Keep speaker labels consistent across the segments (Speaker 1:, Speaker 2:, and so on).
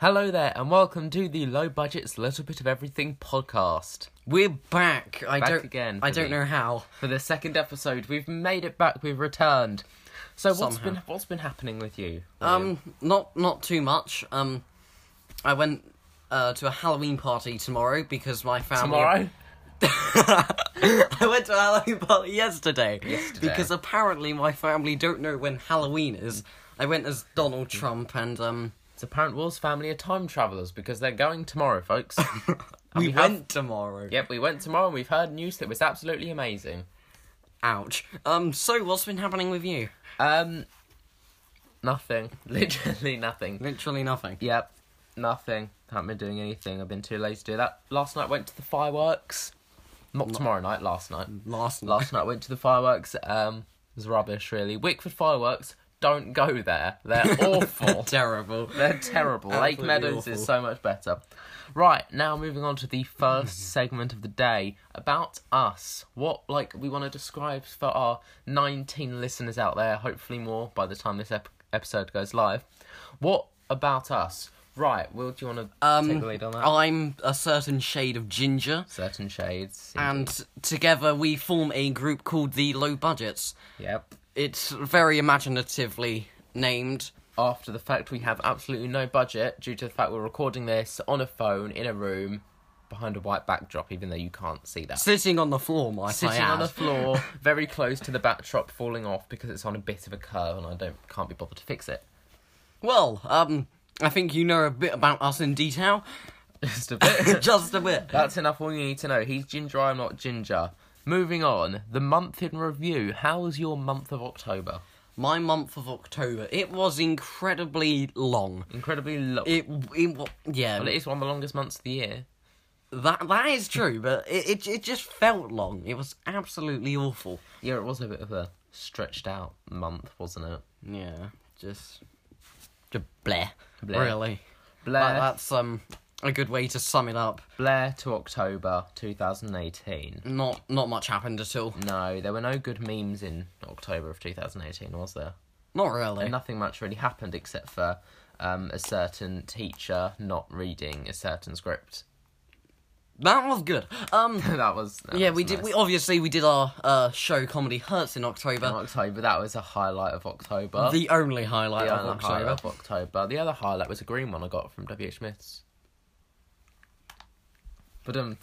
Speaker 1: Hello there, and welcome to the Low Budgets Little Bit of Everything podcast.
Speaker 2: We're back. I
Speaker 1: Back
Speaker 2: don't
Speaker 1: again
Speaker 2: I
Speaker 1: for
Speaker 2: don't
Speaker 1: the-
Speaker 2: know how.
Speaker 1: For the second episode, we've made it back. We've returned. So what's
Speaker 2: Somehow.
Speaker 1: been what's been happening with you? William?
Speaker 2: Um, not not too much. Um, I went uh, to a Halloween party tomorrow because my family.
Speaker 1: tomorrow.
Speaker 2: I went to a Halloween party yesterday,
Speaker 1: Yesterday.
Speaker 2: because apparently my family don't know when Halloween is. I went as Donald
Speaker 1: Mm.
Speaker 2: Trump and um.
Speaker 1: It's apparent Will's family are time travellers because they're going tomorrow, folks.
Speaker 2: We,
Speaker 1: we have-
Speaker 2: went tomorrow.
Speaker 1: yep, we went tomorrow and we've heard news that was absolutely amazing.
Speaker 2: Ouch. Um. So what's been happening with you?
Speaker 1: Um, nothing. Literally nothing.
Speaker 2: Literally nothing.
Speaker 1: Yep, nothing. Haven't been doing anything. I've been too lazy to do that. Last night went to the fireworks. Not tomorrow night. Last night.
Speaker 2: Last night.
Speaker 1: Last night went to the fireworks. Um, it was rubbish, really. Wickford fireworks. Don't go there. They're awful.
Speaker 2: Terrible.
Speaker 1: They're terrible. Lake
Speaker 2: Absolutely
Speaker 1: Meadows is
Speaker 2: awful.
Speaker 1: so much better. Right, now moving on to the first segment of the day about us. What, like, we want to describe for our 19 listeners out there, hopefully more by the time this ep- episode goes live. What about us? Right, Will, do you want to
Speaker 2: Um,
Speaker 1: take the lead on that?
Speaker 2: I'm a certain shade of ginger.
Speaker 1: Certain shades.
Speaker 2: and together we form a group called the Low Budgets.
Speaker 1: Yep.
Speaker 2: It's very imaginatively named.
Speaker 1: After the fact, we have absolutely no budget due to the fact we're recording this on a phone in a room behind a white backdrop, even though you can't see that.
Speaker 2: Sitting on the floor, might I
Speaker 1: sitting
Speaker 2: add.
Speaker 1: on the floor, very close to the backdrop falling off because it's on a bit of a curve and I don't can't be bothered to fix it.
Speaker 2: Well, um, I think you know a bit about us in detail.
Speaker 1: Just a bit.
Speaker 2: Just a bit.
Speaker 1: That's enough. All you need to know. He's ginger. I'm not ginger. Moving on. The month in review. How was your month of October?
Speaker 2: My month of October, it was incredibly long.
Speaker 1: Incredibly long.
Speaker 2: It, it, wa- yeah,
Speaker 1: Well, it is one of the longest months of the year.
Speaker 2: that that is true, but it, it it just felt long. It was absolutely awful.
Speaker 1: Yeah, it was a bit of a stretched out month, wasn't it?
Speaker 2: Yeah, just, just bleh,
Speaker 1: Bleh.
Speaker 2: really.
Speaker 1: Blair,
Speaker 2: Like, that's um a good way to sum it up.
Speaker 1: Blair to October 2018.
Speaker 2: Not not much happened at all.
Speaker 1: No, there were no good memes in October of 2018, was there?
Speaker 2: Not really.
Speaker 1: and nothing much really happened except for um, a certain teacher not reading a certain script.
Speaker 2: That was good. Um
Speaker 1: that was that
Speaker 2: yeah,
Speaker 1: was
Speaker 2: we did
Speaker 1: nice.
Speaker 2: we obviously we did our uh show comedy hurts in
Speaker 1: In
Speaker 2: October.
Speaker 1: October. That was a highlight of October.
Speaker 2: The only highlight
Speaker 1: The
Speaker 2: of
Speaker 1: other
Speaker 2: October.
Speaker 1: highlight of October. The other highlight was a green one I got from W H Smiths. But um,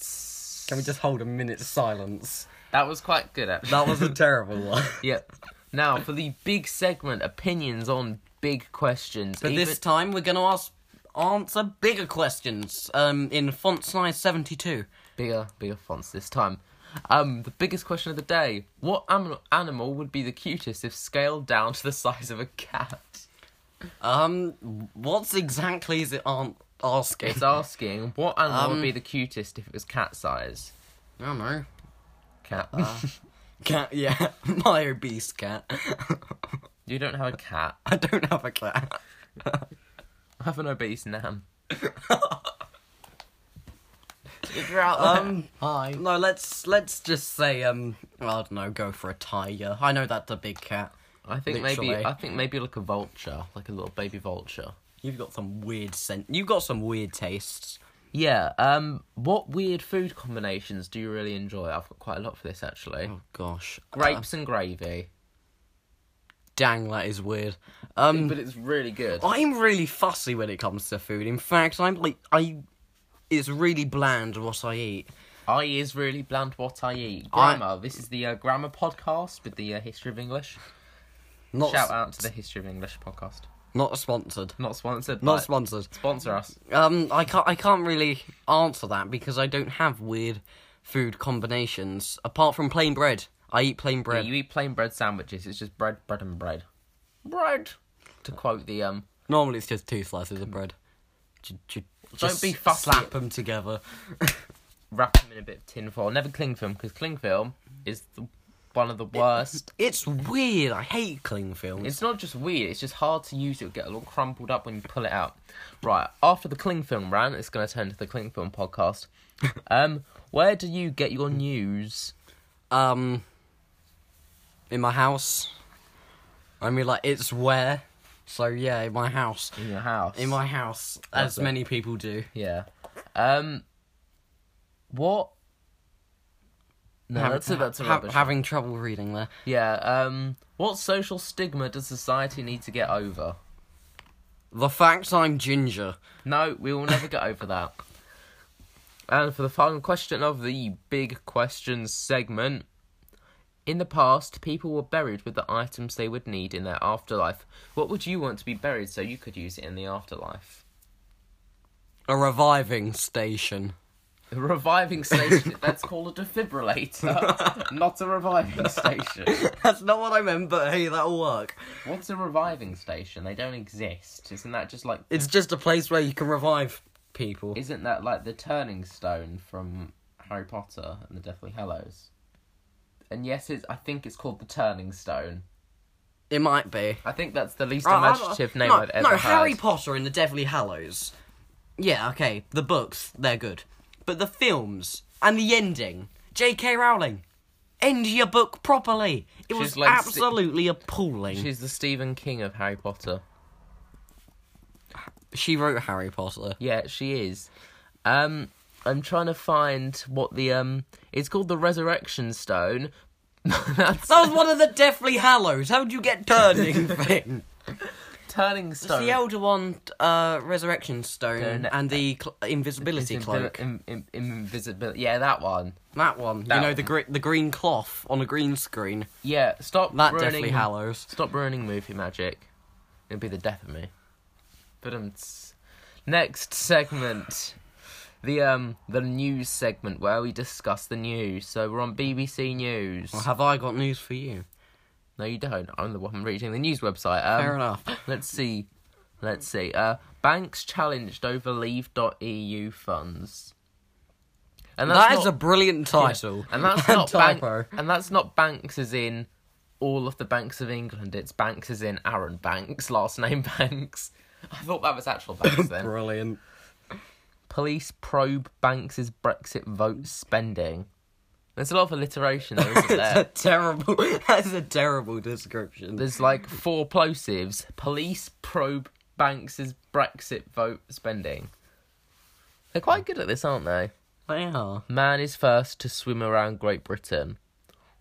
Speaker 2: Can we just hold a minute's silence?
Speaker 1: that was quite good actually.
Speaker 2: That was a terrible one.
Speaker 1: Yep. Now for the big segment, opinions on big questions.
Speaker 2: But this time we're gonna ask answer bigger questions. Um in font size seventy two.
Speaker 1: bigger bigger fonts this time. Um, the biggest question of the day: What am- animal would be the cutest if scaled down to the size of a cat?
Speaker 2: Um what's exactly is it aren't asking?
Speaker 1: It's asking what animal would
Speaker 2: Um,
Speaker 1: be the cutest if it was cat size.
Speaker 2: I don't know.
Speaker 1: Cat.
Speaker 2: uh, Cat yeah. My obese cat.
Speaker 1: you don't have a cat.
Speaker 2: I don't have a cat.
Speaker 1: I have an obese nan. if you're out there,
Speaker 2: Um,
Speaker 1: hi.
Speaker 2: No, let's let's just say um well, I don't know, go for a tiger. I know that's a big cat.
Speaker 1: I think maybe
Speaker 2: literally.
Speaker 1: I think maybe like a vulture, like a little baby vulture.
Speaker 2: You've got some weird scent. You've got some weird tastes.
Speaker 1: Yeah. Um. What weird food combinations do you really enjoy? I've got quite a lot for this actually.
Speaker 2: Oh gosh, Uh,
Speaker 1: Grapes and gravy.
Speaker 2: dang, that is weird. Um,
Speaker 1: but it's really good.
Speaker 2: I'm really fussy when it comes to food. In fact, I'm like I. It's really bland what I eat.
Speaker 1: I is really bland what I eat.
Speaker 2: I-
Speaker 1: Grammar. This is the uh, grammar podcast with the uh, history of English.
Speaker 2: Not
Speaker 1: Shout out to the history of English podcast.
Speaker 2: not sponsored.
Speaker 1: Not sponsored.
Speaker 2: Not
Speaker 1: but
Speaker 2: sponsored.
Speaker 1: Sponsor us.
Speaker 2: Um, I can't I can't really answer that because I don't have weird food combinations apart from plain bread. I eat plain bread.
Speaker 1: You eat plain bread sandwiches. It's just bread, bread and bread. Bread. To quote the um.
Speaker 2: Normally, it's just two slices of bread. J- j- just
Speaker 1: be fussy.
Speaker 2: Slap them together.
Speaker 1: Wrap them in a bit of tin foil. Never cling film because cling film is the, one of the worst.
Speaker 2: It's weird. I hate cling films.
Speaker 1: It's not just weird, it's just hard to use. It'll get a little crumpled up when you pull it out. Right, after the Kling Film rant, it's going to turn to the Kling Film podcast. Um, where do you get your news?
Speaker 2: Um, in my house. I mean, like it's where So yeah, in my house,
Speaker 1: in your house.
Speaker 2: in my house, as
Speaker 1: it.
Speaker 2: many people do.
Speaker 1: Yeah. Um. What? No,
Speaker 2: Hav-
Speaker 1: that's a, that's a
Speaker 2: ha-
Speaker 1: rubbish.
Speaker 2: having trouble reading there.
Speaker 1: yeah. Um. What social stigma does society need to get over?
Speaker 2: The fact I'm ginger.
Speaker 1: No, we will never get over that. And for the final question of the big questions segment. In the past, people were buried with the items they would need in their afterlife. What would you want to be buried so you could use it in the afterlife?
Speaker 2: A reviving station.
Speaker 1: A reviving station. Let's call it a defibrillator, not a reviving station.
Speaker 2: That's not what I meant, but hey, that'll work.
Speaker 1: What's a reviving station? They don't exist. Isn't that just like
Speaker 2: It's just a place where you can revive people.
Speaker 1: isn't that like the turning stone from Harry Potter and the Deathly Hallows? And yes, it's I think it's called the turning stone.
Speaker 2: It might be.
Speaker 1: I think that's the least
Speaker 2: Uh, I-
Speaker 1: imaginative name
Speaker 2: no,
Speaker 1: I've ever
Speaker 2: No,
Speaker 1: heard.
Speaker 2: Harry Potter and the Deathly Hallows. Yeah, okay. The books, they're good. But the films and the ending. J.K. Rowling. End your book properly. It was
Speaker 1: like si-
Speaker 2: absolutely appalling.
Speaker 1: She's the Stephen King of Harry Potter.
Speaker 2: She wrote Harry Potter.
Speaker 1: Yeah, she is. Um, I'm trying to find what the um. It's called the Resurrection Stone. that's
Speaker 2: That was one of the Deathly Hallows. How'd you get turning thing?
Speaker 1: turning stone.
Speaker 2: the Elder Wand, uh, Resurrection Stone,
Speaker 1: Don't-
Speaker 2: and the cl- Invisibility
Speaker 1: uh, Invi-
Speaker 2: Cloak.
Speaker 1: in- in- invisibility. Yeah, that one.
Speaker 2: That one.
Speaker 1: That
Speaker 2: you know,
Speaker 1: one.
Speaker 2: the gre- the green cloth on a green screen.
Speaker 1: Yeah, stop
Speaker 2: That
Speaker 1: ruining.
Speaker 2: Deathly Hallows.
Speaker 1: Stop ruining movie magic. It'll be the death of me. But um, s- next segment, the um, the news segment where we discuss the news. So we're on BBC News.
Speaker 2: Well, have I got news for you?
Speaker 1: No, you don't. I'm the one reading the news website. Um,
Speaker 2: Fair enough.
Speaker 1: Let's see. Let's see. Uh, banks challenged over Leave.eu funds. And
Speaker 2: That is
Speaker 1: not-
Speaker 2: a brilliant title.
Speaker 1: And that's not bank,
Speaker 2: typo.
Speaker 1: and that's not Banks as in all of the banks of England. It's Banks as in Aaron Banks, last name Banks. I thought that was actual Banks then.
Speaker 2: Brilliant.
Speaker 1: Police probe Banks's Brexit vote spending. There's a lot of alliteration there, isn't
Speaker 2: That's a
Speaker 1: there?
Speaker 2: terrible. That's a terrible description.
Speaker 1: There's like four plosives. Police probe Banks's Brexit vote spending. They're quite good at this, aren't they?
Speaker 2: They are.
Speaker 1: Man is first to swim around Great Britain.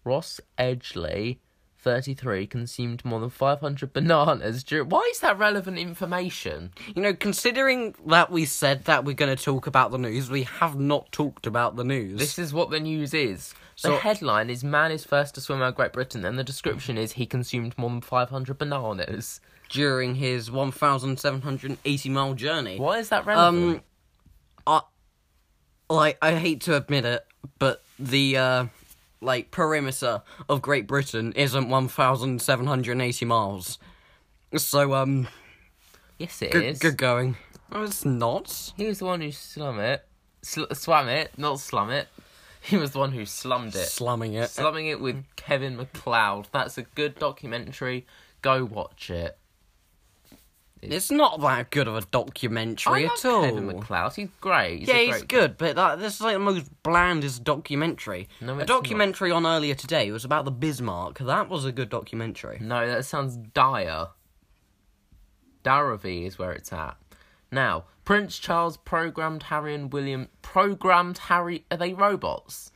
Speaker 1: Ross Edgley, 33, consumed more than 500 bananas during. Why is that relevant information?
Speaker 2: You know, considering that we said that we're going to talk about the news, we have not talked about the news.
Speaker 1: This is what the news is. The
Speaker 2: So-
Speaker 1: headline is Man is first to swim around Great Britain, and the description is he consumed more than 500 bananas.
Speaker 2: during his 1,780 mile journey.
Speaker 1: Why is that relevant?
Speaker 2: Um, I, like, I hate to admit it, but the, uh, like, perimeter of Great Britain isn't 1,780 miles. So, um,
Speaker 1: yes, it is.
Speaker 2: good, good going. No, it's not.
Speaker 1: He was the one who slum it. Sl- swam it, not slum it. He was the one who slummed it.
Speaker 2: Slumming it.
Speaker 1: Slumming It with Kevin McLeod. That's a good documentary. Go watch it.
Speaker 2: it's not that good of a documentary
Speaker 1: I
Speaker 2: at
Speaker 1: love
Speaker 2: all.
Speaker 1: Kevin McLeod. He's great. He's
Speaker 2: yeah,
Speaker 1: a
Speaker 2: he's
Speaker 1: great-
Speaker 2: good, but that, this is like the most blandest documentary.
Speaker 1: No,
Speaker 2: a
Speaker 1: it's not.
Speaker 2: documentary on earlier today was about the Bismarck. That was a good documentary.
Speaker 1: No, that sounds dire. Daravi is where it's at. Now, Prince Charles programmed Harry and William. Programmed Harry. Are they robots?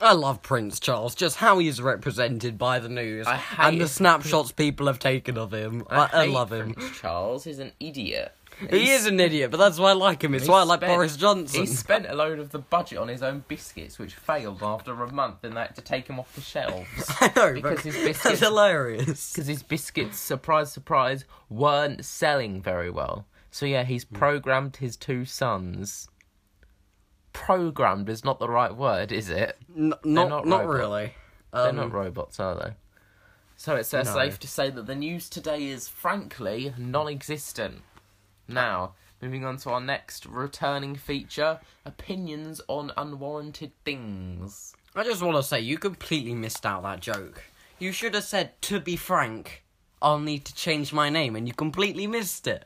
Speaker 2: I love Prince Charles, just how he is represented by the news
Speaker 1: I hate
Speaker 2: and the
Speaker 1: it.
Speaker 2: snapshots people have taken of him. I, I,
Speaker 1: hate
Speaker 2: love him.
Speaker 1: Prince Charles. He's an idiot.
Speaker 2: He is an idiot, but that's why I like him. It's why I like
Speaker 1: spent-
Speaker 2: Boris Johnson.
Speaker 1: He spent a load of the budget on his own biscuits, which failed after a month, and they had to take him off the shelves.
Speaker 2: I know,
Speaker 1: because
Speaker 2: but
Speaker 1: his
Speaker 2: that's
Speaker 1: biscuits-
Speaker 2: hilarious.
Speaker 1: because his biscuits, surprise, surprise, weren't selling very well. So yeah, he's programmed his two sons. Programmed is not the right word, is it?
Speaker 2: N- not,
Speaker 1: not
Speaker 2: not,
Speaker 1: robot.
Speaker 2: really.
Speaker 1: They're
Speaker 2: Mm. Um,
Speaker 1: not robots, are they? So it's uh, safe to say that the news today is frankly non-existent. Now, moving on to our next returning feature: opinions on unwarranted things.
Speaker 2: I just want to say, you completely missed out that joke. You should have said, to be frank, I'll need to change my name, and you completely missed it.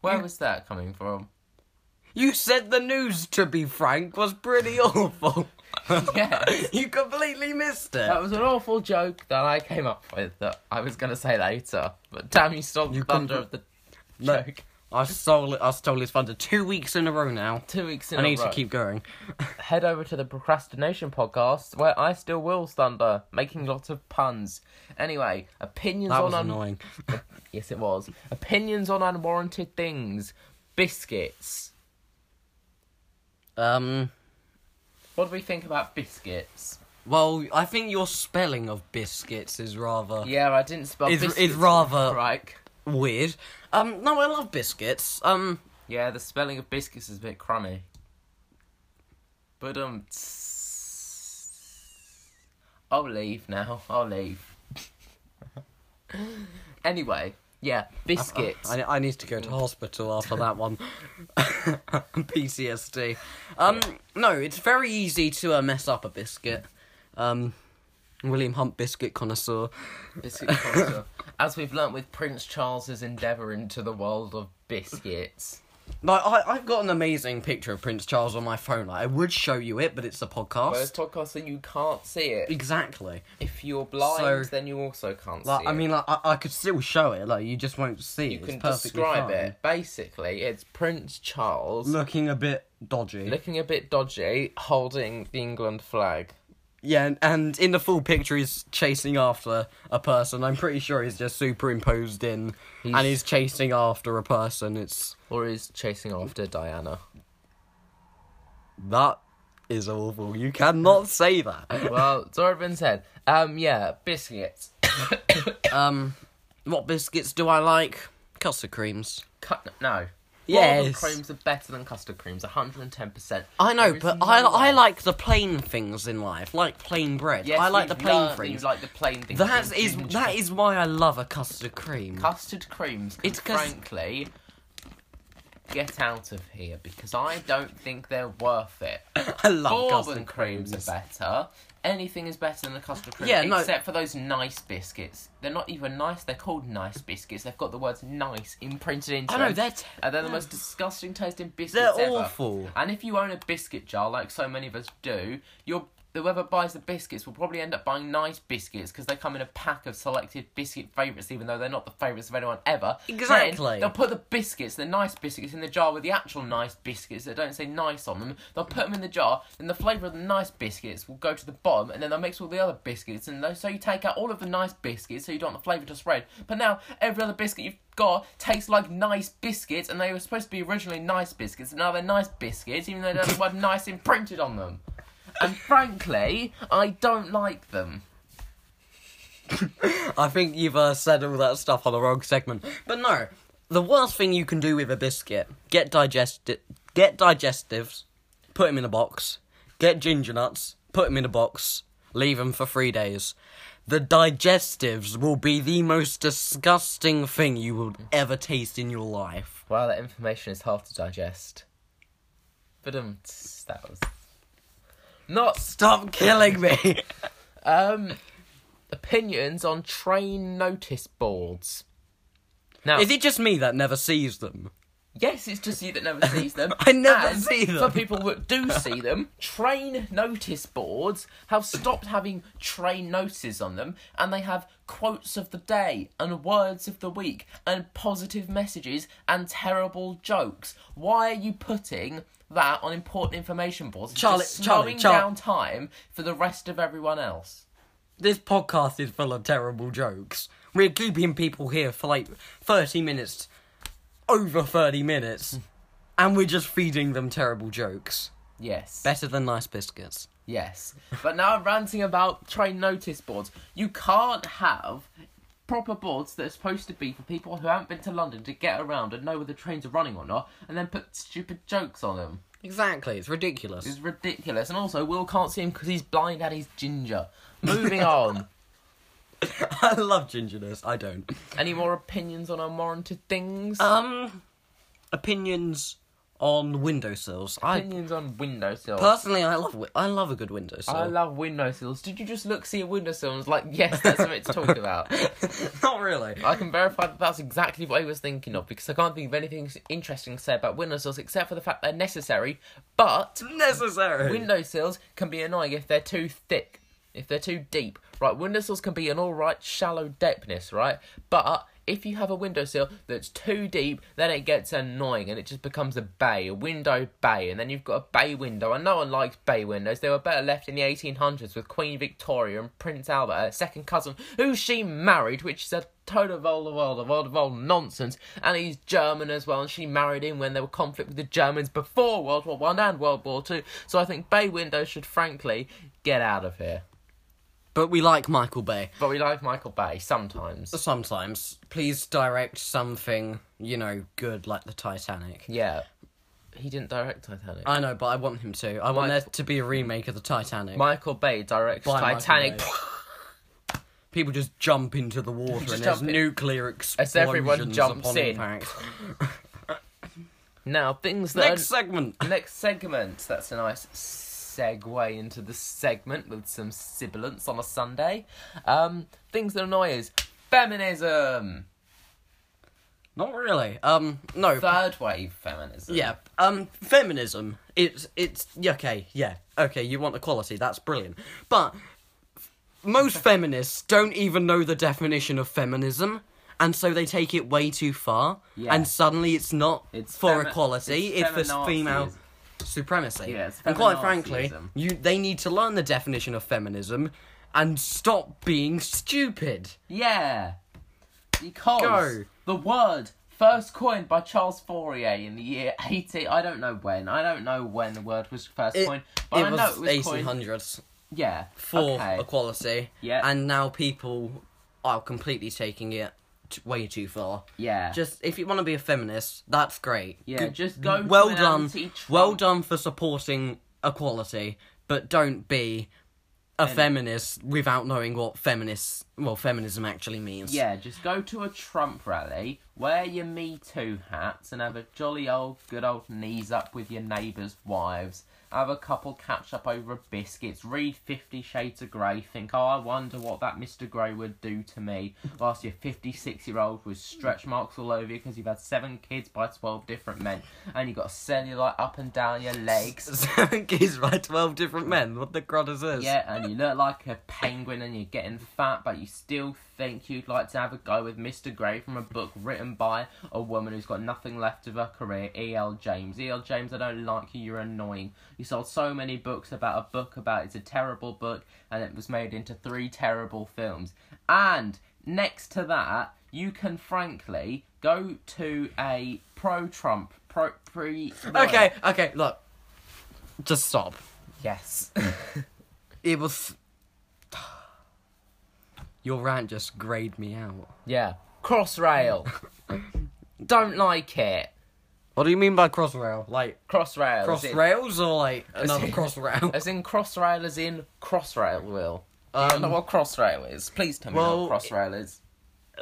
Speaker 1: Where was that coming from?
Speaker 2: You said the news, to be frank, was pretty awful.
Speaker 1: yes.
Speaker 2: you completely missed it.
Speaker 1: That was an awful joke that I came up with that I was going to say later. But damn, you stole
Speaker 2: You
Speaker 1: the thunder
Speaker 2: couldn't-
Speaker 1: of the
Speaker 2: No.
Speaker 1: joke.
Speaker 2: I stole it. I stole his thunder two weeks in a row now.
Speaker 1: Two weeks in
Speaker 2: I
Speaker 1: a
Speaker 2: need
Speaker 1: row.
Speaker 2: to keep going.
Speaker 1: Head over to the procrastination podcast where I still will thunder, making lots of puns. Anyway, opinions
Speaker 2: That
Speaker 1: on
Speaker 2: was
Speaker 1: un-
Speaker 2: annoying.
Speaker 1: Yes, it was. Opinions on unwarranted things. Biscuits.
Speaker 2: Um.
Speaker 1: What do we think about biscuits?
Speaker 2: Well, I think your spelling of biscuits is rather
Speaker 1: Yeah, I didn't spell
Speaker 2: It's- it's
Speaker 1: biscuits.
Speaker 2: rather-
Speaker 1: right.
Speaker 2: weird. Um. No, I love biscuits. Um.
Speaker 1: Yeah, the spelling of biscuits is a bit crummy. But um, tss- I'll leave now. I'll leave. anyway, yeah, biscuits.
Speaker 2: I, I need to go to hospital after that one. PTSD. Um, no, it's very easy to uh, mess up a biscuit. Um, William Hunt biscuit connoisseur.
Speaker 1: Biscuit culture. As we've learnt with Prince Charles's endeavour into the world of biscuits.
Speaker 2: Like, I, I've got an amazing picture of Prince Charles on my phone. Like, I would show you it, but it's a podcast.
Speaker 1: Whereas podcasting, you can't see it.
Speaker 2: exactly.
Speaker 1: If you're blind,
Speaker 2: So-
Speaker 1: then you also can't
Speaker 2: Like,
Speaker 1: see
Speaker 2: I
Speaker 1: it.
Speaker 2: mean, like, I, I could still show it. Like, you just won't see it.
Speaker 1: you
Speaker 2: It's
Speaker 1: can
Speaker 2: perfectly
Speaker 1: describe
Speaker 2: fine.
Speaker 1: it. Basically, it's Prince Charles
Speaker 2: Looking a bit dodgy.
Speaker 1: looking a bit dodgy, holding the England flag.
Speaker 2: Yeah, and, and in the full picture, he's chasing after a person. I'm pretty sure he's just superimposed in,
Speaker 1: He's-
Speaker 2: and he's chasing after a person. It's
Speaker 1: Or is chasing after Diana.
Speaker 2: that is awful. You cannot say that.
Speaker 1: Well, it's already been said. Um, yeah, biscuits.
Speaker 2: um, what biscuits do I like? Custard creams.
Speaker 1: Cut, no.
Speaker 2: Yes.
Speaker 1: Waffle creams are better than custard creams, 110%.
Speaker 2: I know,
Speaker 1: There is
Speaker 2: but
Speaker 1: no
Speaker 2: I I
Speaker 1: way.
Speaker 2: like the plain things in life, like plain bread.
Speaker 1: Yes,
Speaker 2: I like the
Speaker 1: we've
Speaker 2: plain
Speaker 1: learned that you
Speaker 2: things.
Speaker 1: like the plain things.
Speaker 2: That
Speaker 1: and
Speaker 2: is
Speaker 1: ginger.
Speaker 2: that is why I love a custard cream.
Speaker 1: Custard creams,
Speaker 2: It's 'cause-
Speaker 1: frankly, get out of here because I don't think they're worth it.
Speaker 2: I love
Speaker 1: Bourbon
Speaker 2: custard
Speaker 1: creams
Speaker 2: creams.
Speaker 1: are better. Anything is better than a custard cream,
Speaker 2: Yeah, no-
Speaker 1: except for those nice biscuits. They're not even nice. They're called nice biscuits. They've got the words "nice" imprinted into
Speaker 2: I
Speaker 1: them.
Speaker 2: know they're. T-
Speaker 1: and they're the most disgusting tasting biscuits
Speaker 2: They're
Speaker 1: ever.
Speaker 2: awful.
Speaker 1: And if you own a biscuit jar, like so many of us do, you're whoever buys the biscuits will probably end up buying nice biscuits because they come in a pack of selected biscuit favourites, even though they're not the favourites of anyone ever.
Speaker 2: Exactly.
Speaker 1: Then they'll put the biscuits, the nice biscuits, in the jar with the actual nice biscuits that don't say nice on them. They'll put them in the jar, then the flavour of the nice biscuits will go to the bottom, and then they'll mix all the other biscuits, and those, so you take out all of the nice biscuits, so you don't want the flavour to spread. But now every other biscuit you've got tastes like nice biscuits, and they were supposed to be originally nice biscuits, and now they're nice biscuits, even though they have the word nice imprinted on them. And frankly, I don't like them.
Speaker 2: I think you've uh, said all that stuff on the wrong segment. But no, the worst thing you can do with a biscuit get digesti- get digestives, put them in a box, get ginger nuts, put them in a box, leave them for three days. The digestives will be the most disgusting thing you will ever taste in your life.
Speaker 1: Wow, that information is hard to digest. But um, tss, that was not
Speaker 2: Stop killing me!
Speaker 1: um opinions on train notice boards. Now,
Speaker 2: Is it just me that never sees them?
Speaker 1: yes, it's just you that never sees them.
Speaker 2: I never
Speaker 1: And
Speaker 2: see them.
Speaker 1: For people that do see them, train notice boards have stopped having train notices on them, and they have quotes of the day and words of the week and positive messages and terrible jokes. Why are you putting? That on important information boards, It's
Speaker 2: Charlie-
Speaker 1: just
Speaker 2: Charlie,
Speaker 1: slowing
Speaker 2: Char-
Speaker 1: down time for the rest of everyone else.
Speaker 2: This podcast is full of terrible jokes. We're keeping people here for like 30 minutes, over 30 minutes, and we're just feeding them terrible jokes.
Speaker 1: Yes.
Speaker 2: Better than nice biscuits.
Speaker 1: Yes. But now I'm ranting about train notice boards. You can't have proper boards that are supposed to be for people who haven't been to London to get around and know whether trains are running or not, and then put stupid jokes on them.
Speaker 2: Exactly, it's ridiculous.
Speaker 1: It's ridiculous. And also, Will can't see him because he's blind and he's ginger. Moving on.
Speaker 2: I love gingerness, I don't. Uh,
Speaker 1: Any more opinions on unwarranted things?
Speaker 2: Um, opinions on windowsills. I
Speaker 1: Opinions on windowsills.
Speaker 2: personally, I love wi- I love a good windowsill.
Speaker 1: I love windowsills. Did you just look see a windowsill and was like, yes, that's what it's talking about?
Speaker 2: Not really.
Speaker 1: I can verify that that's exactly what I was thinking of because I can't think of anything s- interesting to say about windowsills except for the fact they're necessary, but
Speaker 2: Necessary.
Speaker 1: windowsills can be annoying if they're too thick, if they're too deep. Right, windowsills can be an alright shallow depthness, right? But if you have a windowsill that's too deep, then it gets annoying and it just becomes a bay, a window bay, and then you've got a bay window. And no one likes bay windows. They were better left in the 1800s with Queen Victoria and Prince Albert, her second cousin, who she married, which is a total of all the world of all the world nonsense. And he's German as well, and she married him when there were conflict with the Germans before World War One and World War Two. So I think bay windows should frankly get out of here.
Speaker 2: But we like Michael Bay.
Speaker 1: But we like Michael Bay sometimes.
Speaker 2: Sometimes, please direct something you know good like the Titanic.
Speaker 1: Yeah. He didn't direct Titanic.
Speaker 2: I know, but I want him to. I want
Speaker 1: Michael-
Speaker 2: there to be a remake of the Titanic.
Speaker 1: Michael Bay directs
Speaker 2: By Michael
Speaker 1: Titanic.
Speaker 2: Bay. People just jump into the water
Speaker 1: Just
Speaker 2: and there's
Speaker 1: jump in.
Speaker 2: nuclear explosions
Speaker 1: everyone jumps
Speaker 2: upon
Speaker 1: in.
Speaker 2: impact.
Speaker 1: now things that
Speaker 2: Next segment.
Speaker 1: are... next segment. That's a nice segue into the segment with some sibilance on a Sunday. Um, things that annoy is feminism.
Speaker 2: Not really. Um, no.
Speaker 1: Third wave feminism.
Speaker 2: yeah. Um, feminism. It's it's yeah, okay. Yeah. Okay. You want equality? That's brilliant. But f- most feminists don't even know the definition of feminism. And so they take it way too far,
Speaker 1: Yeah.
Speaker 2: and suddenly it's not
Speaker 1: It's
Speaker 2: for
Speaker 1: femi-
Speaker 2: equality.
Speaker 1: it's
Speaker 2: It's, for female
Speaker 1: feminazism.
Speaker 2: supremacy.
Speaker 1: Yeah, it's
Speaker 2: and quite frankly,
Speaker 1: feminazism.
Speaker 2: you they need to learn the definition of feminism and stop being stupid.
Speaker 1: Yeah. Because
Speaker 2: Go.
Speaker 1: the word first coined by Charles Fourier in the year 80 I don't know when. I don't know when the word was first
Speaker 2: It,
Speaker 1: coined,
Speaker 2: it
Speaker 1: but I know
Speaker 2: was
Speaker 1: it was
Speaker 2: eighteen
Speaker 1: coined.
Speaker 2: hundreds.
Speaker 1: Yeah.
Speaker 2: for
Speaker 1: okay.
Speaker 2: equality.
Speaker 1: Yeah.
Speaker 2: And now people are completely taking it t- way too far.
Speaker 1: Yeah.
Speaker 2: Just if you want to be a feminist, that's great.
Speaker 1: Yeah, just go to
Speaker 2: Well
Speaker 1: an
Speaker 2: done.
Speaker 1: anti-Trump-
Speaker 2: Well done for supporting equality, but don't be a feminist without knowing what feminist well feminism actually means.
Speaker 1: Yeah, just go to a Trump rally, wear your Me Too hats, and have a jolly old, good old knees up with your neighbours' wives. Have a couple catch up over biscuits, read Fifty Shades of Grey, think, oh, I wonder what that Mr. Grey would do to me, whilst your 56 year old with stretch marks all over you because you've had seven kids by 12 different men, and you've got cellulite up and down your legs.
Speaker 2: Seven kids by twelve different men. What the crud is this?
Speaker 1: Yeah, and you look like a penguin and you're getting fat, but you still think you'd like to have a go with Mr. Grey from a book written by a woman who's got nothing left of her career, E.L. James. E.L. James, I don't like you, you're annoying. You sold so many books about a book about it's a terrible book, and it was made into three terrible films. And next to that, you can frankly go to a pro Trump, pro pre.
Speaker 2: Okay. Okay. Look. Just stop.
Speaker 1: Yes.
Speaker 2: It was. Your rant just grayed me out.
Speaker 1: Yeah. Crossrail. Don't like it.
Speaker 2: What do you mean by crossrail? Like
Speaker 1: Crossrail.
Speaker 2: cross
Speaker 1: as in-
Speaker 2: rails or like another
Speaker 1: in-
Speaker 2: crossrail?
Speaker 1: As in crossrail as in crossrail will. I don't know what crossrail is. Please tell me
Speaker 2: well,
Speaker 1: what crossrail is.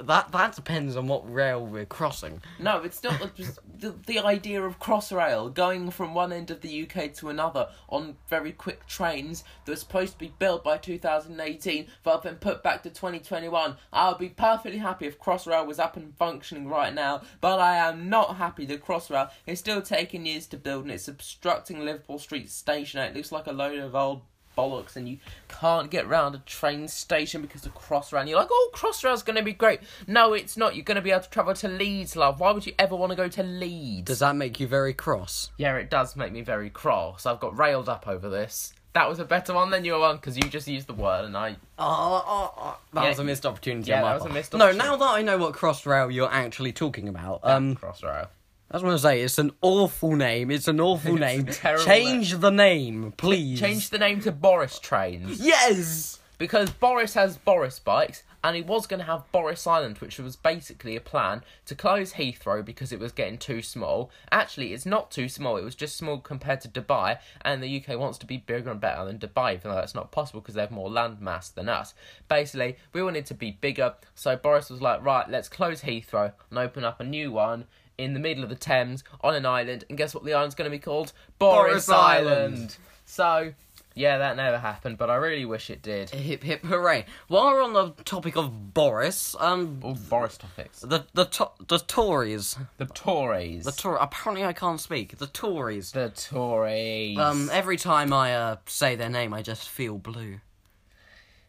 Speaker 2: That that depends on what rail we're crossing.
Speaker 1: No, it's not it's just the, the idea of crossrail going from one end of the UK to another on very quick trains that was supposed to be built by 2018 but have been put back to 2021. I would be perfectly happy if crossrail was up and functioning right now, but I am not happy that crossrail is still taking years to build and it's obstructing Liverpool Street station. It looks like a load of old bollocks and you can't get round a train station because of Crossrail. And you're like, oh, Crossrail's going to be great. No, it's not. You're going to be able to travel to Leeds, love. Why would you ever want to go to Leeds?
Speaker 2: Does that make you very cross?
Speaker 1: yeah, it does make me very cross. I've got railed up over this. That was a better one than your one because you just used the word and I.
Speaker 2: Oh, oh, oh, that
Speaker 1: Yeah.
Speaker 2: was a missed opportunity.
Speaker 1: Yeah,
Speaker 2: on my
Speaker 1: that was a
Speaker 2: part.
Speaker 1: missed
Speaker 2: No, now
Speaker 1: opportunity.
Speaker 2: that I know what crossrail you're actually talking about,
Speaker 1: Mm.
Speaker 2: um,
Speaker 1: Crossrail.
Speaker 2: I just want to say it's an awful name. It's an awful
Speaker 1: It's a
Speaker 2: name.
Speaker 1: terrible
Speaker 2: Change the name, please.
Speaker 1: Change the name to Boris Trains
Speaker 2: Yes.
Speaker 1: because Boris has Boris bikes and he was going to have Boris Island, which was basically a plan to close Heathrow because it was getting too small. Actually, it's not too small, it was just small compared to Dubai, and the UK wants to be bigger and better than Dubai, even though that's not possible because they have more land mass than us. Basically, we wanted to be bigger, so Boris was like, right, let's close Heathrow and open up a new one in the middle of the Thames on an island, and guess what the island's going to be called? Boris,
Speaker 2: Boris Island.
Speaker 1: Island! So. Yeah, that never happened, but I really wish it did.
Speaker 2: Hip hip hooray! While we're on the topic of Boris, um,
Speaker 1: All Boris topics.
Speaker 2: the the to- the Tories,
Speaker 1: The Tories.
Speaker 2: the Tor- apparently I can't speak. The Tories.
Speaker 1: The Tories.
Speaker 2: Um, every time I uh, say their name, I just feel blue.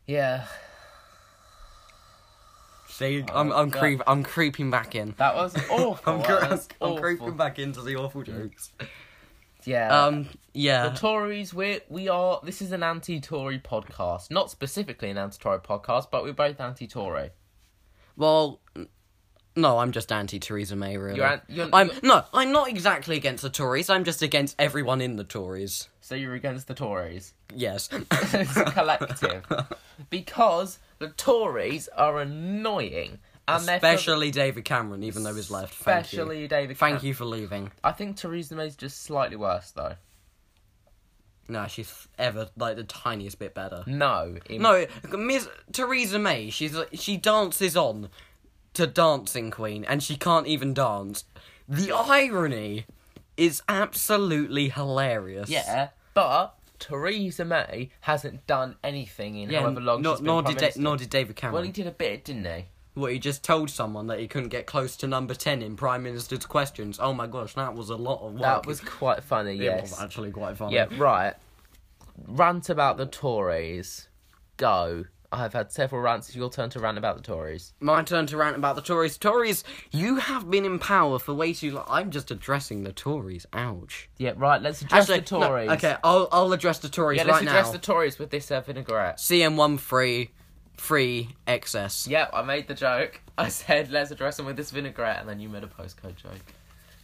Speaker 1: yeah,
Speaker 2: See, I'm
Speaker 1: oh,
Speaker 2: I'm creep I'm creeping back in.
Speaker 1: that was awful.
Speaker 2: I'm, cre-
Speaker 1: that
Speaker 2: I'm,
Speaker 1: was Oh, awful.
Speaker 2: creeping back into the awful jokes.
Speaker 1: Yeah.
Speaker 2: Um,
Speaker 1: the
Speaker 2: yeah,
Speaker 1: Tories, we we are. This is an anti-Tory podcast, not specifically an anti-Tory podcast, but we're both anti-Tory.
Speaker 2: Well, n- no, I'm just anti Theresa May, really.
Speaker 1: You're an- you're-
Speaker 2: I'm no, I'm not exactly against the Tories. I'm just against everyone in the Tories.
Speaker 1: So you're against the Tories.
Speaker 2: Yes.
Speaker 1: it's a collective because the Tories are annoying, and they're for-
Speaker 2: Especially David Cameron, even though he's left.
Speaker 1: especially David.
Speaker 2: Thank you. Thank
Speaker 1: Cameron.
Speaker 2: you for leaving.
Speaker 1: I think Theresa May's just slightly worse though.
Speaker 2: No, she's ever like the tiniest bit better.
Speaker 1: No, in-
Speaker 2: No, Miss Theresa May. She's she dances on to Dancing Queen, and she can't even dance. The irony is absolutely hilarious.
Speaker 1: Yeah, but Theresa May hasn't done anything in
Speaker 2: Yeah,
Speaker 1: however long
Speaker 2: nor,
Speaker 1: she's been
Speaker 2: nor
Speaker 1: prime
Speaker 2: did Da-
Speaker 1: minister.
Speaker 2: nor did David Cameron.
Speaker 1: Well, he did a bit, didn't he?
Speaker 2: What, he just told someone that he couldn't get close to number 10 in Prime Minister's questions. Oh my gosh, that was a lot of work.
Speaker 1: That was quite funny.
Speaker 2: It
Speaker 1: Yes.
Speaker 2: was actually quite funny.
Speaker 1: yeah. Right. Rant about the Tories. Go. I have had several rants. It's your turn to rant about the Tories.
Speaker 2: My turn to rant about the Tories. Tories, you have been in power for way too long. I'm just addressing the Tories. Ouch.
Speaker 1: Yeah. Right. Let's address the
Speaker 2: no,
Speaker 1: Tories.
Speaker 2: okay, I'll, I'll address the Tories
Speaker 1: Yeah. Let's
Speaker 2: right
Speaker 1: address
Speaker 2: now.
Speaker 1: the Tories with this uh, vinaigrette.
Speaker 2: CM13 free excess.
Speaker 1: Yeah. I made the joke. I said let's address them with this vinaigrette, and then you made a postcode joke.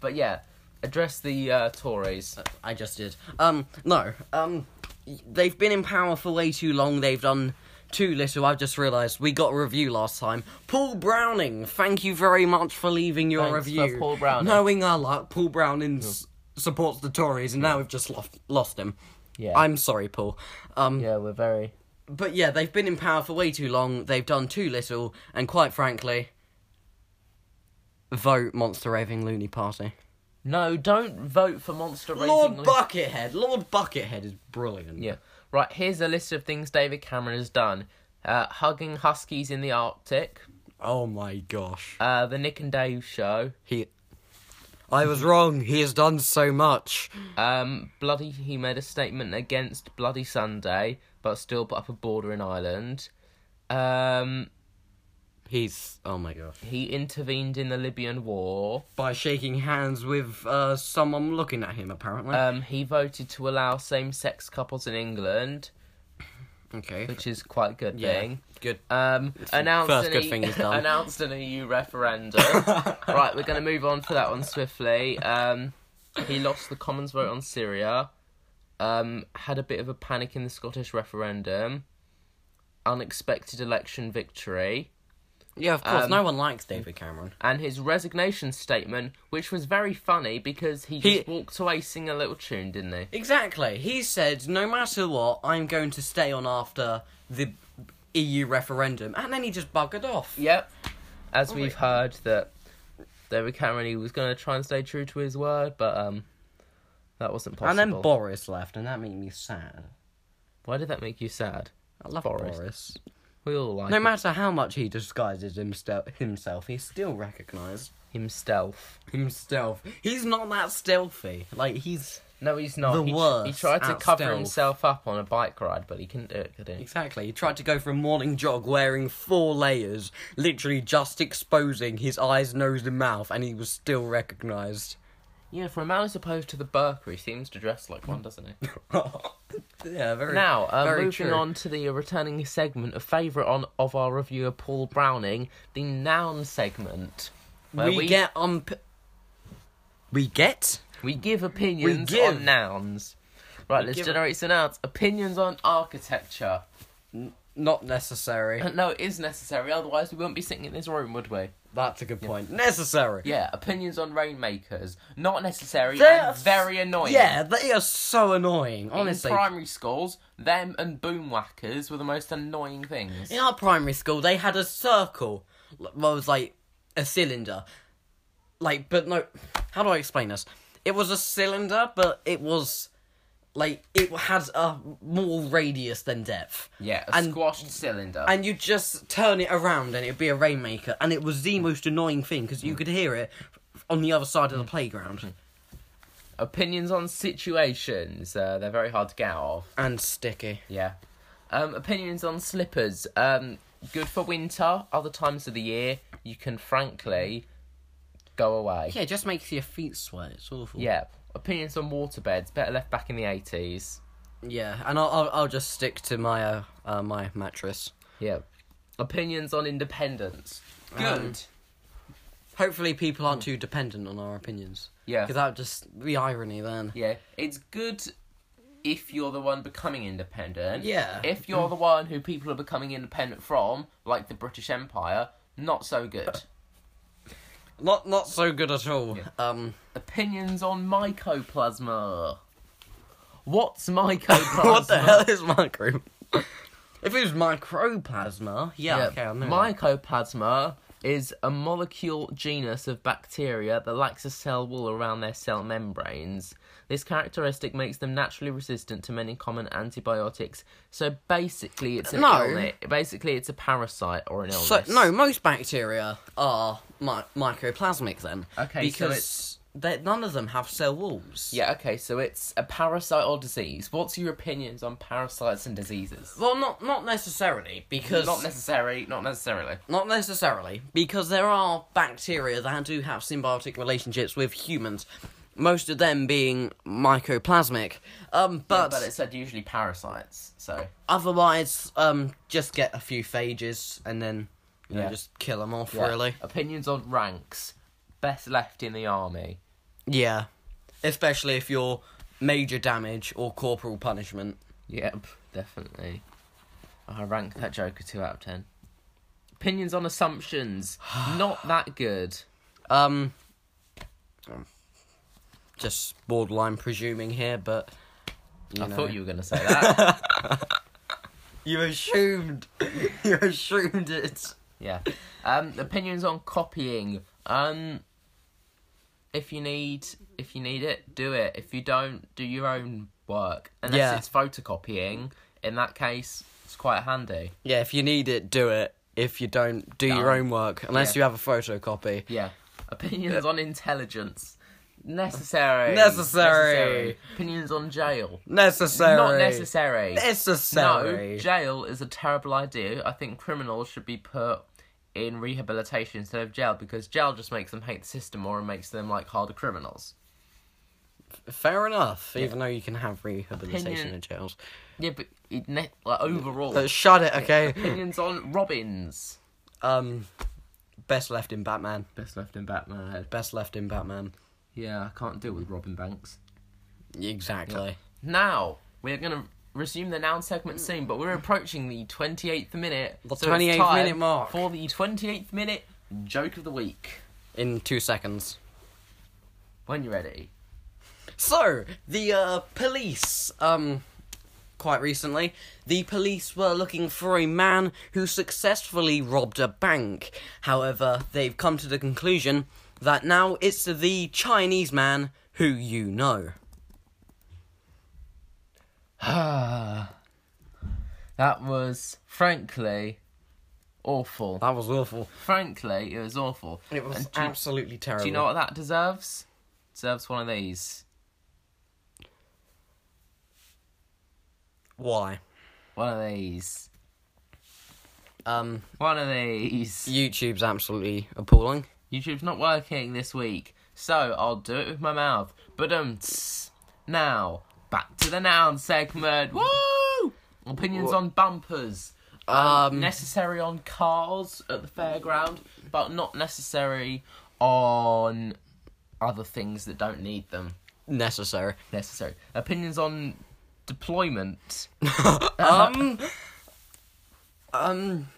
Speaker 1: But yeah, address the uh, Tories.
Speaker 2: I just did. Um, no. Um, y- they've been in power for way too long. They've done too little. I've just realised we got a review last time. Paul Browning, thank you very much for leaving your
Speaker 1: Thanks for
Speaker 2: review.
Speaker 1: Paul Browning.
Speaker 2: Knowing our luck, Paul Browning s- supports the Tories, and now we've just lost lost him.
Speaker 1: Yeah.
Speaker 2: I'm sorry, Paul. Um,
Speaker 1: Yeah, we're very
Speaker 2: but yeah, they've been in power for way too long. They've done too little, and quite frankly, vote Monster Raving Loony Party.
Speaker 1: No, don't vote for Monster Racing.
Speaker 2: Lord
Speaker 1: League.
Speaker 2: Buckethead. Lord Buckethead is brilliant.
Speaker 1: yeah. Right, here's a list of things David Cameron has done. Uh, hugging huskies in the Arctic,
Speaker 2: Oh my gosh.
Speaker 1: uh, the Nick and Dave show,
Speaker 2: He I was wrong. He has done so much.
Speaker 1: um, bloody he made a statement against bloody Sunday, but still put up a border in Ireland. Um,
Speaker 2: He's oh my gosh.
Speaker 1: he intervened in the Libyan war.
Speaker 2: By shaking hands with uh someone looking at him apparently.
Speaker 1: Um, he voted to allow same-sex couples in England,
Speaker 2: okay.
Speaker 1: which is quite a good
Speaker 2: Yeah.
Speaker 1: thing.
Speaker 2: Good.
Speaker 1: Um, announced
Speaker 2: first
Speaker 1: an
Speaker 2: good
Speaker 1: E-
Speaker 2: thing he's done.
Speaker 1: announced an EU referendum. right, we're going to move on to that one swiftly. Um, he lost the Commons vote on Syria. Um, had a bit of a panic in the Scottish referendum. Unexpected election victory.
Speaker 2: Yeah, of course.
Speaker 1: um,
Speaker 2: no one likes David Cameron.
Speaker 1: And his resignation statement, which was very funny because he,
Speaker 2: He-
Speaker 1: just walked away singing a little tune, didn't he?
Speaker 2: Exactly. He said, "No matter what, I'm going to stay on after the EU referendum." And then he just buggered off.
Speaker 1: Yep. As
Speaker 2: Oh,
Speaker 1: we've heard that David Cameron he was going to try and stay true to his word, but um, that wasn't possible.
Speaker 2: And then Boris left, and that made me sad.
Speaker 1: Why did that make you sad?
Speaker 2: I love
Speaker 1: Boris.
Speaker 2: Boris.
Speaker 1: We all like
Speaker 2: No matter how much he disguises himself, himself he's still recognised.
Speaker 1: him stealth.
Speaker 2: Himself. He's not that stealthy. Like he's
Speaker 1: No, he's not.
Speaker 2: The
Speaker 1: he, tr- he
Speaker 2: worst
Speaker 1: tried to
Speaker 2: at
Speaker 1: cover
Speaker 2: stealth.
Speaker 1: himself up on a bike ride, but he couldn't do it, could he?
Speaker 2: exactly. He tried to go for a morning jog wearing four layers, literally just exposing his eyes, nose, and mouth, and he was still recognised.
Speaker 1: Yeah, for a man who's opposed to the Burker, he seems to dress like one, doesn't he?
Speaker 2: yeah, very.
Speaker 1: now, uh,
Speaker 2: very
Speaker 1: moving
Speaker 2: true.
Speaker 1: on to the returning segment, a favourite on of our reviewer Paul Browning, the noun segment, where
Speaker 2: we,
Speaker 1: we
Speaker 2: get on. we get.
Speaker 1: we give opinions
Speaker 2: give.
Speaker 1: on nouns. Right, let's
Speaker 2: give-
Speaker 1: generate some nouns. Opinions on architecture.
Speaker 2: Not necessary.
Speaker 1: No, it is necessary. Otherwise, we wouldn't be sitting in this room, would we?
Speaker 2: That's a good point. Necessary.
Speaker 1: Yeah. Opinions on rainmakers not necessary
Speaker 2: They are
Speaker 1: and
Speaker 2: s-
Speaker 1: very annoying.
Speaker 2: Yeah, they are so annoying. Honestly,
Speaker 1: In primary schools, them and boomwhackers were the most annoying things.
Speaker 2: In our primary school, they had a circle. l- Well, it was like a cylinder. Like, but no. How do I explain this? It was a cylinder, but it was. Like, it had a more radius than depth.
Speaker 1: Yeah, a
Speaker 2: And-
Speaker 1: squashed cylinder.
Speaker 2: And you just turn it around and it'd be a rainmaker. And it was the most annoying thing because you could hear it on the other side of the playground.
Speaker 1: Opinions on situations. Uh, they're very hard to get out of.
Speaker 2: And sticky.
Speaker 1: Yeah. Um, opinions on slippers. Um, good for winter. Other times of the year, you can frankly go away.
Speaker 2: Yeah, it just makes your feet sweat. It's awful.
Speaker 1: Yeah. Opinions on waterbeds. Better left back in the 80s.
Speaker 2: Yeah, and I'll, I'll, I'll just stick to my, uh, uh, my mattress.
Speaker 1: Yeah. Opinions on independence. Good.
Speaker 2: Um, Hopefully, people aren't too dependent on our opinions.
Speaker 1: Yeah.
Speaker 2: Because that would just be irony then.
Speaker 1: yeah. It's good if you're the one becoming independent.
Speaker 2: Yeah.
Speaker 1: If you're the one who people are becoming independent from, like the British Empire, not so good.
Speaker 2: Not not so good at all. Um,
Speaker 1: Opinions on mycoplasma. What's mycoplasma?
Speaker 2: what the hell is micro? if it was microplasma, yeah,
Speaker 1: Yeah,
Speaker 2: okay, I know. that.
Speaker 1: Mycoplasma is a molecule genus of bacteria that lacks a cell wall around their cell membranes. This characteristic makes them naturally resistant to many common antibiotics. So basically, it's an
Speaker 2: No.
Speaker 1: illness. Basically, it's a parasite or an illness.
Speaker 2: So no, most bacteria are mi- microplasmic then.
Speaker 1: Okay, so
Speaker 2: because
Speaker 1: it's-
Speaker 2: they none of them have cell walls.
Speaker 1: Yeah. Okay. So it's a parasite or disease. What's your opinions on parasites and diseases?
Speaker 2: Well, not not necessarily because
Speaker 1: Not necessary. Not necessarily.
Speaker 2: Not necessarily, because there are bacteria that do have symbiotic relationships with humans, most of them being mycoplasmic. Um, but,
Speaker 1: But it said usually parasites. So
Speaker 2: otherwise, um, just get a few phages and then you
Speaker 1: Yeah.
Speaker 2: know, just kill them off.
Speaker 1: yeah.
Speaker 2: Really,
Speaker 1: Opinions on ranks. Best left in the army.
Speaker 2: yeah. Especially if you're major damage or corporal punishment.
Speaker 1: Yep, definitely. I rank that Joker two out of ten. Opinions on assumptions. Not that good.
Speaker 2: Um, um, just borderline presuming here, but you
Speaker 1: I
Speaker 2: know.
Speaker 1: thought you were gonna say that.
Speaker 2: you assumed you assumed it.
Speaker 1: yeah. Um, opinions on copying. Um, if you need, if you need it, do it. If you don't, do your own work. Unless
Speaker 2: Yeah.
Speaker 1: it's photocopying. In that case, it's quite handy.
Speaker 2: Yeah, if you need it, do it. If you don't, do your
Speaker 1: Don't.
Speaker 2: own work, unless
Speaker 1: Yeah.
Speaker 2: you have a photocopy.
Speaker 1: Yeah. Opinions on intelligence. Necessary.
Speaker 2: Necessary.
Speaker 1: Opinions on jail.
Speaker 2: Necessary.
Speaker 1: Not necessary.
Speaker 2: Necessary.
Speaker 1: No, jail is a terrible idea. I think criminals should be put in rehabilitation instead of jail because jail just makes them hate the system more and makes them like harder criminals.
Speaker 2: Fair enough, even though you can have rehabilitation
Speaker 1: Opinion-
Speaker 2: in jails.
Speaker 1: Yeah, but it ne- like overall,
Speaker 2: But shut it, okay?
Speaker 1: opinions on Robins.
Speaker 2: um, best left in Batman.
Speaker 1: Best left in Batman head.
Speaker 2: Best left in Batman.
Speaker 1: Yeah, I can't deal with Robin Banks.
Speaker 2: Exactly.
Speaker 1: Now we're gonna resume the noun segment soon, but we're approaching the twenty eighth minute.
Speaker 2: The
Speaker 1: it's
Speaker 2: 28th
Speaker 1: time
Speaker 2: minute mark.
Speaker 1: for the twenty eighth minute joke of the week.
Speaker 2: In two seconds.
Speaker 1: When you're ready.
Speaker 2: So the uh, police, um, quite recently, the police were looking for a man who successfully robbed a bank. However, they've come to the conclusion that now it's the Chinese man who you know.
Speaker 1: that was frankly awful.
Speaker 2: That was awful.
Speaker 1: Frankly, it was awful.
Speaker 2: It was
Speaker 1: And do, you-
Speaker 2: absolutely terrible.
Speaker 1: do you know what that deserves? Deserves one of these.
Speaker 2: why?
Speaker 1: One of these.
Speaker 2: Um,
Speaker 1: One of these.
Speaker 2: YouTube's absolutely appalling.
Speaker 1: YouTube's not working this week, so I'll do it with my mouth. But um, now back to the noun segment. Woo! Opinions on bumpers.
Speaker 2: Um,
Speaker 1: necessary on cars at the fairground, but not necessary on other things that don't need them.
Speaker 2: necessary.
Speaker 1: Necessary opinions on deployment.
Speaker 2: Um, Um,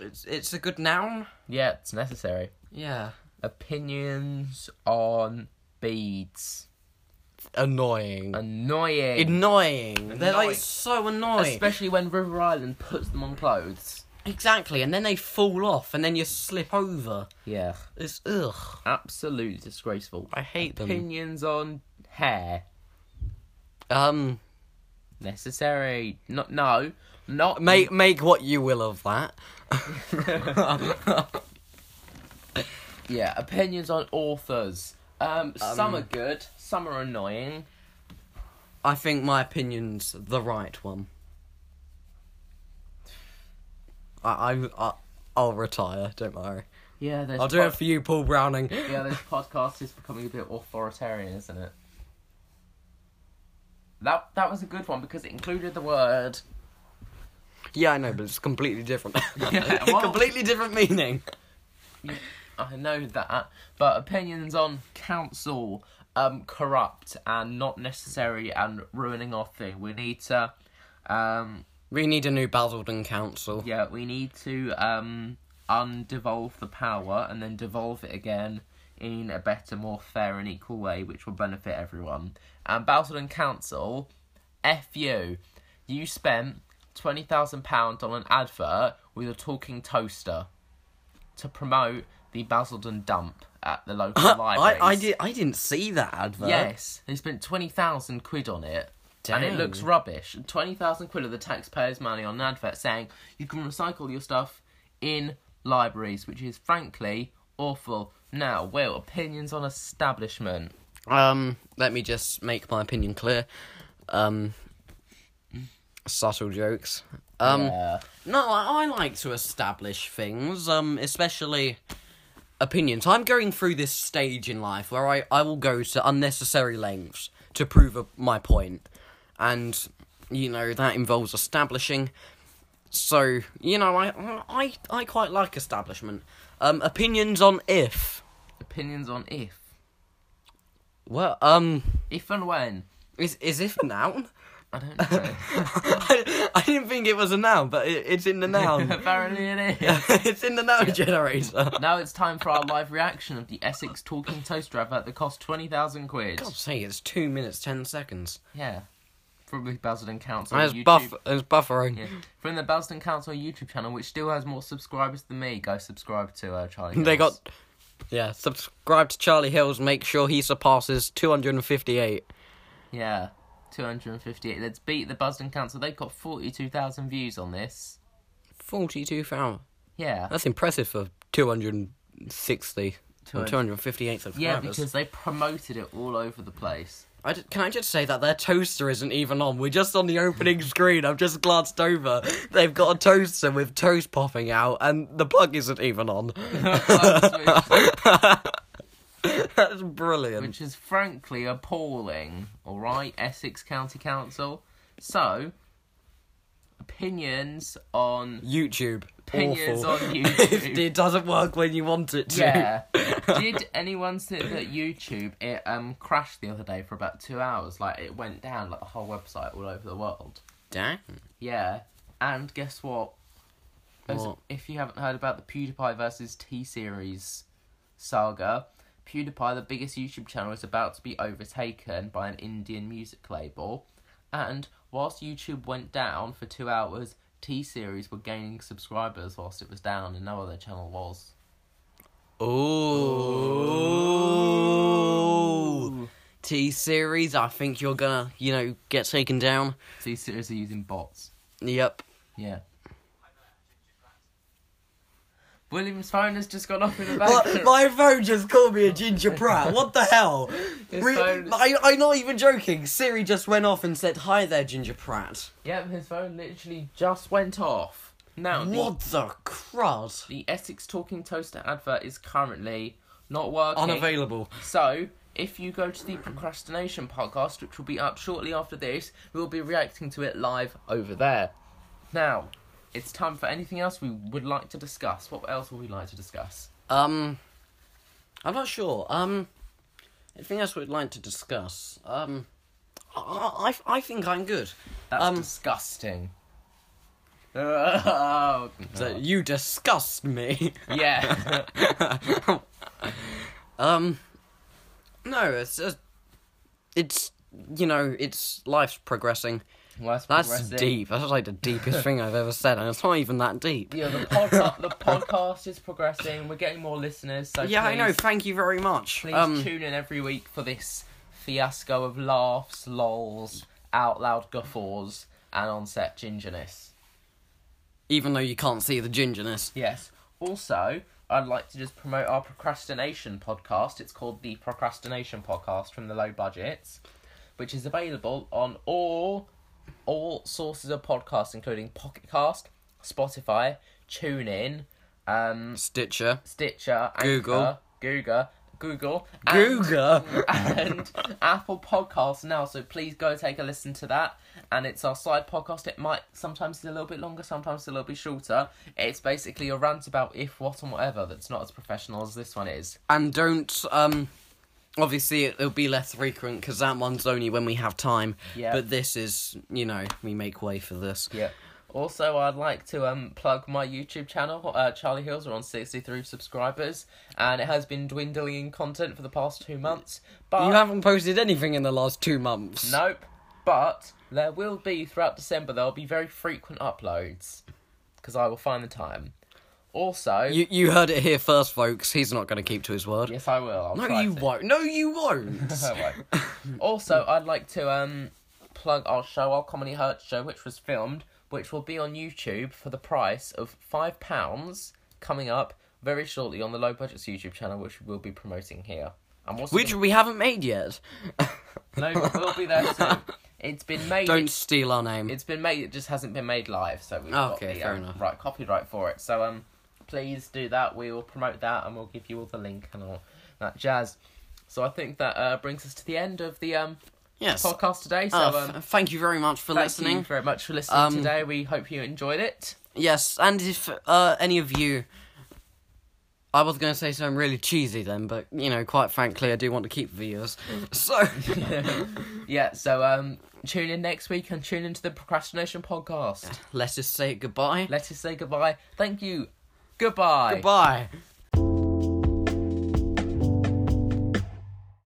Speaker 2: it's it's a good noun.
Speaker 1: Yeah, it's necessary.
Speaker 2: Yeah.
Speaker 1: Opinions on beads.
Speaker 2: Annoying.
Speaker 1: Annoying.
Speaker 2: Annoying. They're
Speaker 1: Annoying.
Speaker 2: like so annoying.
Speaker 1: Especially when River Island puts them on clothes.
Speaker 2: exactly, and then they fall off, and then you slip over.
Speaker 1: Yeah.
Speaker 2: It's ugh.
Speaker 1: Absolutely disgraceful.
Speaker 2: I hate them.
Speaker 1: Opinions on hair.
Speaker 2: Um,
Speaker 1: Necessary. Not no. Not
Speaker 2: make make what you will of that.
Speaker 1: Yeah, opinions on authors. Um, some are good, some are annoying.
Speaker 2: I think my opinion's the right one. I I, I I'll retire. Don't worry.
Speaker 1: Yeah, there's
Speaker 2: I'll do it for you, Paul Browning.
Speaker 1: yeah, this podcast is becoming a bit authoritarian, isn't it? That that was a good one because it included the word.
Speaker 2: Yeah, I know, but it's completely different.
Speaker 1: Yeah, well-
Speaker 2: completely different meaning.
Speaker 1: I know that, but opinions on council, um, corrupt and not necessary and ruining our thing. We need to, um,
Speaker 2: We need a new Basildon Council.
Speaker 1: yeah, we need to um undevolve the power and then devolve it again in a better, more fair and equal way, which will benefit everyone. And Basildon Council, f you, you spent twenty thousand pounds on an advert with a talking toaster to promote the Basildon dump at the local
Speaker 2: I,
Speaker 1: library.
Speaker 2: I, did, I didn't see that advert.
Speaker 1: Yes, they spent twenty thousand quid on it, and
Speaker 2: Dang.
Speaker 1: it looks rubbish. Twenty thousand quid of the taxpayers' money on an advert saying you can recycle your stuff in libraries, which is frankly awful. Now, Will, opinions on establishment?
Speaker 2: Um, let me just make my opinion clear. Um, subtle jokes. Um,
Speaker 1: Yeah.
Speaker 2: no, I, I like to establish things, um, especially opinions. I'm going through this stage in life where I, I will go to unnecessary lengths to prove a, my point. And, you know, that involves establishing. So, you know, I, I, I quite like establishment. Um, opinions on if.
Speaker 1: Opinions on if,
Speaker 2: Well, um,
Speaker 1: if and when?
Speaker 2: is, is if a noun?
Speaker 1: I don't know.
Speaker 2: I, I didn't think it was a noun, but it, it's in the noun.
Speaker 1: Apparently it is.
Speaker 2: it's in the noun generator.
Speaker 1: Now it's time for our live reaction of the Essex Talking Toaster advert that cost 20,000 quid.
Speaker 2: God's sake, it's two minutes ten seconds.
Speaker 1: Yeah. Probably Basildon Council.
Speaker 2: And it's
Speaker 1: YouTube
Speaker 2: buff. It's buffering.
Speaker 1: Yeah. From the Belston Council YouTube channel, which still has more subscribers than me, go subscribe to uh, Charlie.
Speaker 2: They
Speaker 1: Mills.
Speaker 2: got. Yeah, subscribe to Charlie Hills. Make sure he surpasses two hundred and fifty-eight.
Speaker 1: yeah, two hundred and fifty-eight. Let's beat the Belston Council. They've got forty-two thousand views on this.
Speaker 2: Forty-two thousand.
Speaker 1: Yeah,
Speaker 2: That's impressive for two hundred and sixty. Two hundred fifty-eight subscribers.
Speaker 1: yeah, because they promoted it all over the place.
Speaker 2: I d- can I just say that their toaster isn't even on. We're just on the opening screen. I've just glanced over. They've got a toaster with toast popping out, and the plug isn't even on.
Speaker 1: which,
Speaker 2: That's brilliant.
Speaker 1: which is frankly appalling. All right, Essex County Council. So, opinions on
Speaker 2: YouTube.
Speaker 1: Opinions
Speaker 2: Awful.
Speaker 1: on YouTube.
Speaker 2: it doesn't work when you want it to.
Speaker 1: Yeah. Did anyone see that YouTube it um crashed the other day for about two hours? Like it went down, like the whole website all over the world.
Speaker 2: Dang.
Speaker 1: Yeah. And guess what? As-
Speaker 2: What?
Speaker 1: If you haven't heard about the PewDiePie versus T series saga, PewDiePie, the biggest YouTube channel, is about to be overtaken by an Indian music label. And whilst YouTube went down for two hours, T series were gaining subscribers whilst it was down, and no other channel was.
Speaker 2: Ooh. T series. I think you're gonna, you know, get taken down.
Speaker 1: T series are using bots.
Speaker 2: Yep.
Speaker 1: Yeah. William's phone has just gone off in the
Speaker 2: What?
Speaker 1: background.
Speaker 2: My phone just called me a ginger brat. What the hell? Re-
Speaker 1: phone-
Speaker 2: I, I'm not even joking. Siri just went off and said, Hi there, ginger brat.
Speaker 1: Yep, his phone literally just went off. Now, the,
Speaker 2: What the crud?
Speaker 1: the Essex Talking Toaster advert is currently not working.
Speaker 2: Unavailable.
Speaker 1: So, if you go to the procrastination podcast, which will be up shortly after this, we'll be reacting to it live over there. Now, it's time for anything else we would like to discuss. What else would we like to discuss?
Speaker 2: Um, I'm not sure. Um, anything else we'd like to discuss? Um, I, I, I think I'm good.
Speaker 1: That's
Speaker 2: Um,
Speaker 1: disgusting. Oh,
Speaker 2: So you disgust me.
Speaker 1: yeah.
Speaker 2: um, no, it's just, it's you know, it's life's progressing.
Speaker 1: Well, that's
Speaker 2: That's
Speaker 1: progressing.
Speaker 2: deep. That's like the deepest thing I've ever said, and it's not even that deep.
Speaker 1: Yeah, the, pod- the podcast is progressing. We're getting more listeners. So
Speaker 2: Yeah, I know.
Speaker 1: please-
Speaker 2: Thank you very much.
Speaker 1: Please
Speaker 2: um,
Speaker 1: tune in every week for this fiasco of laughs, lols, out loud guffaws, and on-set gingerness.
Speaker 2: even though you can't see the gingerness.
Speaker 1: Yes. Also, I'd like to just promote our procrastination podcast. It's called the Procrastination Podcast from the Low Budgets, which is available on all all sources of podcasts, including Pocket Cast, Spotify, TuneIn, um,
Speaker 2: Stitcher.
Speaker 1: Stitcher, Anchor,
Speaker 2: Google.
Speaker 1: Google, Google, and-
Speaker 2: Google.
Speaker 1: and Apple Podcasts now. So please go take a listen to that. And it's our side podcast. It might sometimes it's a little bit longer, sometimes it's a little bit shorter. It's basically a rant about if, what, and whatever. That's not as professional as this one is.
Speaker 2: and don't um obviously it, it'll be less frequent because that one's only when we have time
Speaker 1: Yeah.
Speaker 2: but this is you know we make way for this
Speaker 1: Yeah. Also, I'd like to um plug my YouTube channel. Uh, Charlie Hills are on sixty three subscribers, and it has been dwindling in content for the past two months. But
Speaker 2: you haven't posted anything in the last two months
Speaker 1: nope. But there will be throughout December. There'll be very frequent uploads, because I will find the time. Also,
Speaker 2: you you heard it here first folks he's not going to keep to his word
Speaker 1: Yes, I will. I'll
Speaker 2: no
Speaker 1: try
Speaker 2: you
Speaker 1: to.
Speaker 2: won't no you won't
Speaker 1: I won't. also, I'd like to um plug our show, our Comedy Hurts show, which was filmed, which will be on YouTube for the price of five pounds, coming up very shortly on the Low Budgets YouTube channel, which we'll be promoting here. And also
Speaker 2: which we haven't made yet
Speaker 1: no, we'll be there soon. It's been made.
Speaker 2: don't steal our name
Speaker 1: It's been made. It just hasn't been made live, so we've
Speaker 2: Okay,
Speaker 1: got the
Speaker 2: fair
Speaker 1: um,
Speaker 2: enough.
Speaker 1: right copyright for it. So um, please do that. We will promote that, and we'll give you all the link and all that jazz. So I think that uh, brings us to the end of the um
Speaker 2: yes
Speaker 1: podcast today. So
Speaker 2: Uh,
Speaker 1: um,
Speaker 2: f- thank you very much for
Speaker 1: thank
Speaker 2: listening
Speaker 1: you very much for listening
Speaker 2: Um,
Speaker 1: today. We hope you enjoyed it.
Speaker 2: yes and if uh any of you I was going to say something really cheesy then, but you know, quite frankly, I do want to keep viewers. So,
Speaker 1: Yeah. So um, tune in next week and tune into the procrastination podcast.
Speaker 2: Let's just say goodbye.
Speaker 1: Let us say goodbye. Thank you. Goodbye.
Speaker 2: Goodbye.